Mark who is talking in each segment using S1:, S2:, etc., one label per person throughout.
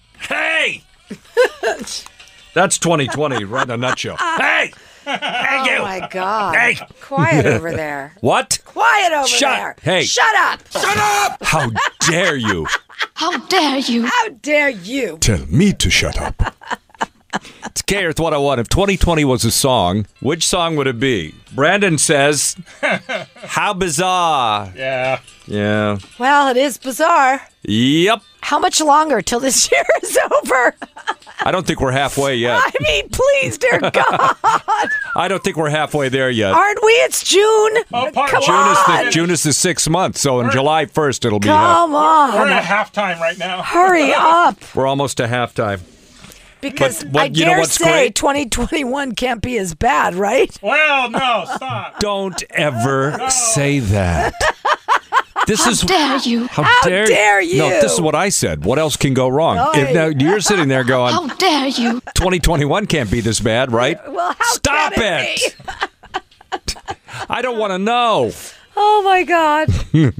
S1: That's 2020, right in a nutshell. Hey! Thank
S2: Oh
S1: you!
S2: my God!
S1: Hey!
S2: Quiet over there.
S1: What?
S2: Quiet over
S1: Shut-
S2: there.
S1: hey.
S2: Shut up!
S1: Shut up! How dare you
S3: How dare you?
S2: How dare you?
S1: tell me to shut up? It's K Earth 101. If 2020 was a song, which song would it be? Brandon says, How bizarre.
S4: Yeah.
S1: Yeah.
S2: Well, it is bizarre.
S1: Yep.
S2: How much longer till this year is over?
S1: I don't think we're halfway yet.
S2: I mean, please, dear God,
S1: I don't think we're halfway there yet.
S2: aren't we? It's June.
S4: Oh, part
S2: Come
S4: one.
S1: June is the
S2: on.
S1: June is the sixth month, so on July first it'll be. half.
S2: Come
S4: We're
S2: on,
S4: at halftime right now.
S2: hurry up!
S1: We're almost to halftime.
S2: Because
S1: But what-
S2: I
S1: you know
S2: dare
S1: what's
S2: say
S1: great?
S2: 2021 can't be as bad, right?
S4: Well, no, stop.
S1: Don't ever say that. This is
S3: Dare you?
S1: how, dare,
S2: dare
S1: No,
S2: you?
S1: this is what I said. What else can go wrong? If
S2: Oy.
S1: now you're sitting there going,
S3: How dare you?
S1: 2021 can't be this bad, right?
S2: Well, how
S1: Stop
S2: can it
S1: it. I don't want to know.
S2: Oh my God! oh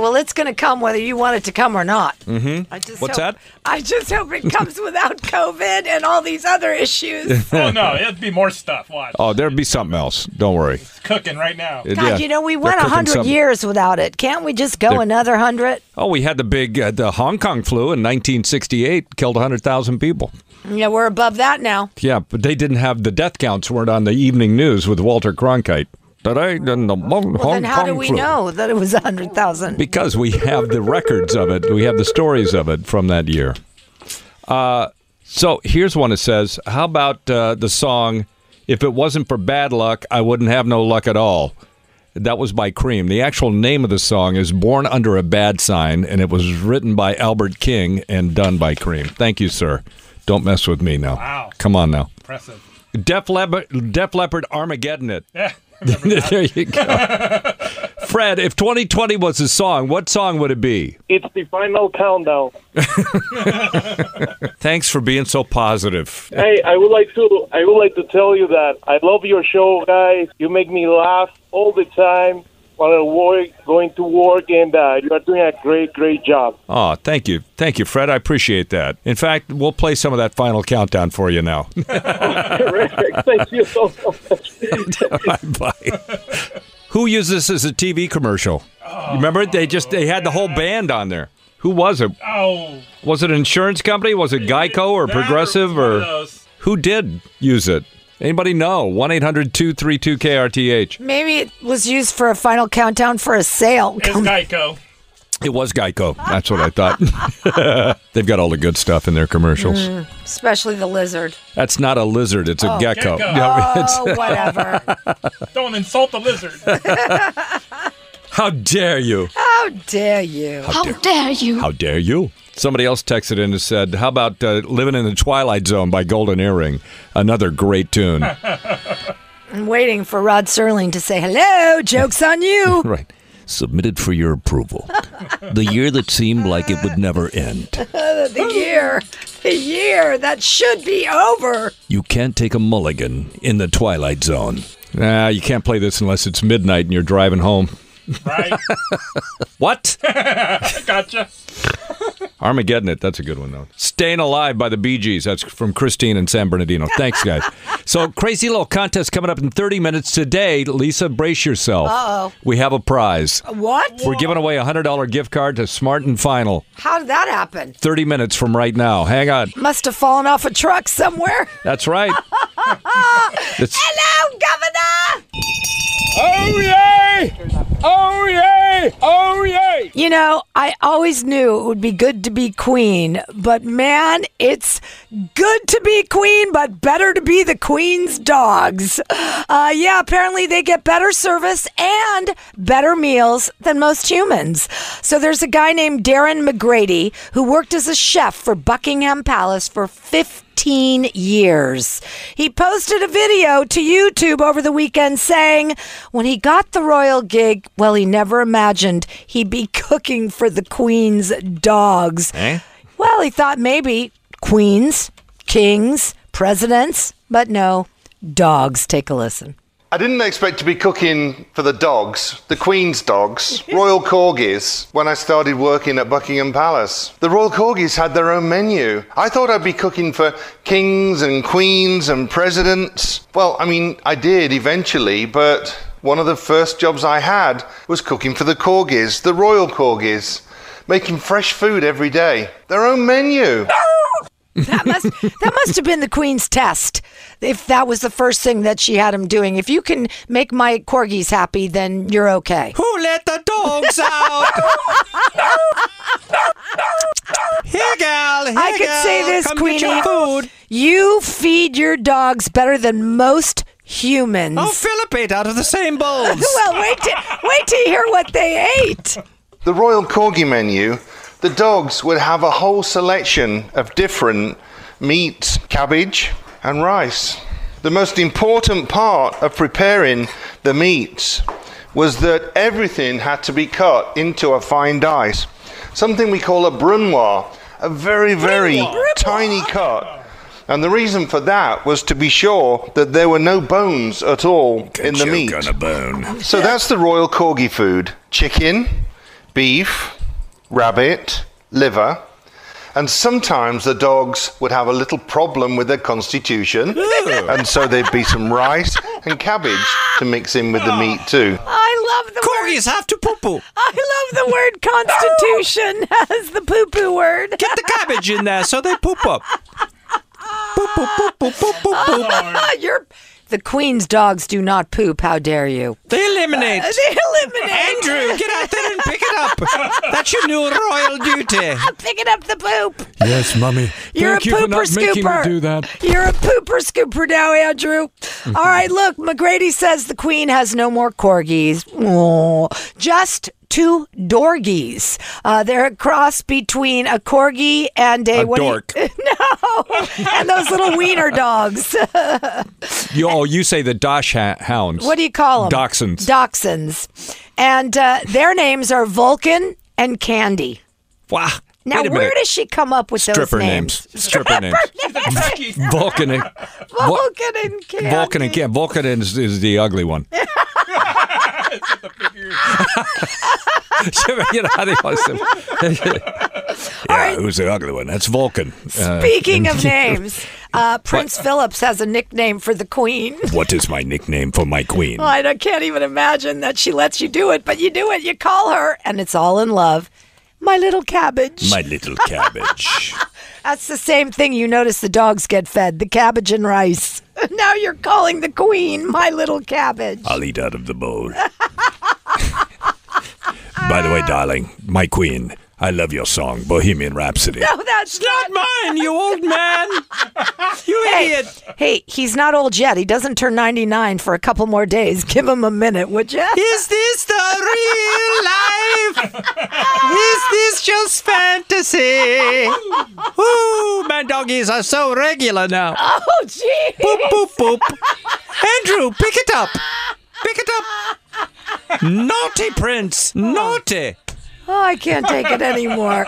S2: well, it's going to come whether you want it to come or not. Mm-hmm. I just
S1: What's
S2: hope,
S1: that?
S2: I just hope it comes without COVID and all these other issues.
S4: Oh no, it'd be more stuff. Watch.
S1: Oh, there'd be something else. Don't worry.
S4: It's cooking right now.
S1: It-
S2: God,
S1: yeah,
S2: you know we
S1: they're
S2: went
S1: cooking
S2: hundred
S1: something.
S2: years without it. Can't we just go
S1: They're-
S2: another hundred?
S1: Oh, we had the big uh, the Hong Kong flu in 1968, killed 100,000 people.
S2: Yeah, we're above that now.
S1: Yeah, but they didn't have the death counts weren't on the evening news with Walter Cronkite. Today in the Hong
S2: Well,
S1: Hong
S2: then how do
S1: Kong
S2: we
S1: flu.
S2: know that it was hundred thousand?
S1: Because we have the records of it. We have the stories of it from that year. Uh, so here's one that says, "How about uh, the song? If it wasn't for bad luck, I wouldn't have no luck at all." That was by Cream. The actual name of the song is "Born Under a Bad Sign," and it was written by Albert King and done by Cream. Thank you, sir. Don't mess with me now.
S4: Wow.
S1: Come on now.
S4: Impressive.
S1: Def Leppard, Def Leppard Armageddon it.
S4: Yeah.
S1: there you go. Fred, if 2020 was a song, what song would it be?
S5: It's the final countdown.
S1: Thanks for being so positive.
S5: Hey, I would like to I would like to tell you that I love your show, guys. You make me laugh all the time while I work, going to work, and uh, you are doing a great, great job.
S1: Oh, thank you. Thank you, Fred. I appreciate that. In fact, we'll play some of that final countdown for you now.
S5: Terrific. Thank you so much.
S1: Bye. Who used this as a TV commercial? Remember they just they had the whole band on there. Who was it?
S4: Oh.
S1: Was it an insurance company? Was it Geico Oh, or
S4: that
S1: Progressive
S4: one of
S1: or
S4: those.
S1: who did use it? Anybody know? 1-800-232-KRTH.
S2: Maybe it was used for a final countdown for a sale.
S4: It's Geico.
S1: It was Geico. That's what I thought. Mm. They've got all the good stuff in their commercials.
S2: Especially the lizard.
S1: That's not a lizard, it's a Oh, gecko.
S4: gecko.
S1: Yeah, it's-
S2: Oh, whatever.
S4: Don't insult the lizard.
S1: how dare you?
S2: How dare you?
S3: How dare you?
S1: How dare you? Somebody else texted in and said, How about uh, Living in the Twilight Zone by Golden Earring? Another great tune.
S2: I'm waiting for Rod Serling to say, hello, joke's on you.
S1: right. Submitted for your approval. the year that seemed like it would never end.
S2: the year, the year that should be over.
S1: You can't take a mulligan in the Twilight Zone. Nah, you can't play this unless it's midnight and you're driving home.
S4: right.
S1: What?
S4: Gotcha.
S1: Armageddon it. That's a good one, though. Staying Alive by the Bee Gees. That's from Christine in San Bernardino. Thanks, guys. so, crazy little contest coming up in 30 minutes today. Lisa, brace yourself. Uh-oh. We have a prize.
S2: What?
S1: We're giving away a $100 gift card to Smart and Final.
S2: How did that happen?
S1: 30 minutes from right now. Hang on.
S2: Must have fallen off a truck somewhere.
S1: That's right. It's-
S2: Hello, Governor!
S4: Oh yay! Oh yay! Oh yay!
S2: You know, I always knew it would be good to be queen, but man, it's good to be queen, but better to be the queen's dogs. Uh, yeah, apparently they get better service and better meals than most humans. So there's a guy named Darren McGrady who worked as a chef for Buckingham Palace for 50. 15 years. He posted a video to YouTube over the weekend saying when he got the royal gig, well, he never imagined he'd be cooking for the Queen's dogs. Well, he thought maybe queens, kings, presidents, but no, dogs. Take a listen.
S6: I didn't expect to be cooking for the dogs, the Queen's dogs, Royal Corgis, when I started working at Buckingham Palace. The Royal Corgis had their own menu. I thought I'd be cooking for kings and queens and presidents. Well, I mean, I did eventually, but one of the first jobs I had was cooking for the Corgis, the Royal Corgis, making fresh food every day. Their own menu.
S2: That must that must have been the queen's test. If that was the first thing that she had him doing, if you can make my corgis happy, then you're okay.
S7: Who let the dogs out? here, gal. Here,
S2: I could
S7: gal,
S2: say this,
S7: come
S2: Queenie.
S7: Get your food.
S2: You feed your dogs better than most humans.
S7: Oh, Philip ate out of the same bowls.
S2: well, wait to wait to hear what they ate.
S6: The Royal Corgi menu, the dogs would have a whole selection of different meats, cabbage, and rice. The most important part of preparing the meats was that everything had to be cut into a fine dice, something we call a brunoise, a very, very tiny cut. And the reason for that was to be sure that there were no bones at all in the meat. So that's the royal corgi food chicken, beef, rabbit, liver. And sometimes the dogs would have a little problem with their constitution. and so there'd be some rice and cabbage to mix in with the meat too.
S2: I love the word.
S7: Corgis have to poo poo.
S2: I love the word constitution as the poo poo word.
S7: Get the cabbage in there so they poop up. Poop, poop, poop, poop, poop, poop, poop.
S2: Ah, You're, the queen's dogs do not poop. How dare you?
S7: They eliminate.
S2: They eliminate.
S7: Andrew, get out there and pick it up. That's your new royal duty.
S2: Picking up the poop.
S8: Yes, mummy.
S2: You're
S1: Thank
S2: a
S1: you for
S2: pooper
S1: not making me
S2: scooper.
S1: do that.
S2: You're a pooper scooper now, Andrew.
S8: Mm-hmm.
S2: All right, look, McGrady says the Queen has no more corgis. Oh, just two dorgies. Uh, they're a cross between a corgi and a,
S1: A
S2: what do you-
S1: dork.
S2: no, and those little wiener dogs.
S1: You, oh, you say the Dosh ha- hounds.
S2: what do you call them?
S1: Dachshunds.
S2: Dachshunds, and uh, their names are Vulcan and Candy.
S1: wow.
S2: Now,
S1: Wait a
S2: where
S1: minute.
S2: does she come up with
S1: Stripper
S2: those names?
S1: names. Stripper names. Vulcan and Vul-
S2: Vulcan and Candy.
S1: Vulcan and Cam. Vulcan is, is the ugly one. you know how they always say- yeah, who's the ugly one? That's Vulcan. Uh,
S2: Speaking of names, uh, Prince Phillips has a nickname for the Queen.
S1: what is my nickname for my queen?
S2: I don't- can't even imagine that she lets you do it, but you do it. You call her, and it's all in love. My little cabbage.
S1: My little cabbage.
S2: That's the same thing you notice the dogs get fed the cabbage and rice. Now you're calling the Queen my little cabbage.
S1: I'll eat out of the bowl. By the way, darling, my queen, I love your song, Bohemian Rhapsody.
S2: no, that's
S7: Not mine, you old man. You
S2: Hey,
S7: idiot.
S2: hey, he's not old yet. He doesn't turn 99 for a couple more days. Give him a minute, would you?
S7: Is this the real life? Is this just fantasy? Ooh, my doggies are so regular now.
S2: Oh, gee.
S7: Boop, boop, boop. Andrew, pick it up. Pick it up. Naughty prince. Naughty.
S2: Oh, I can't take it anymore.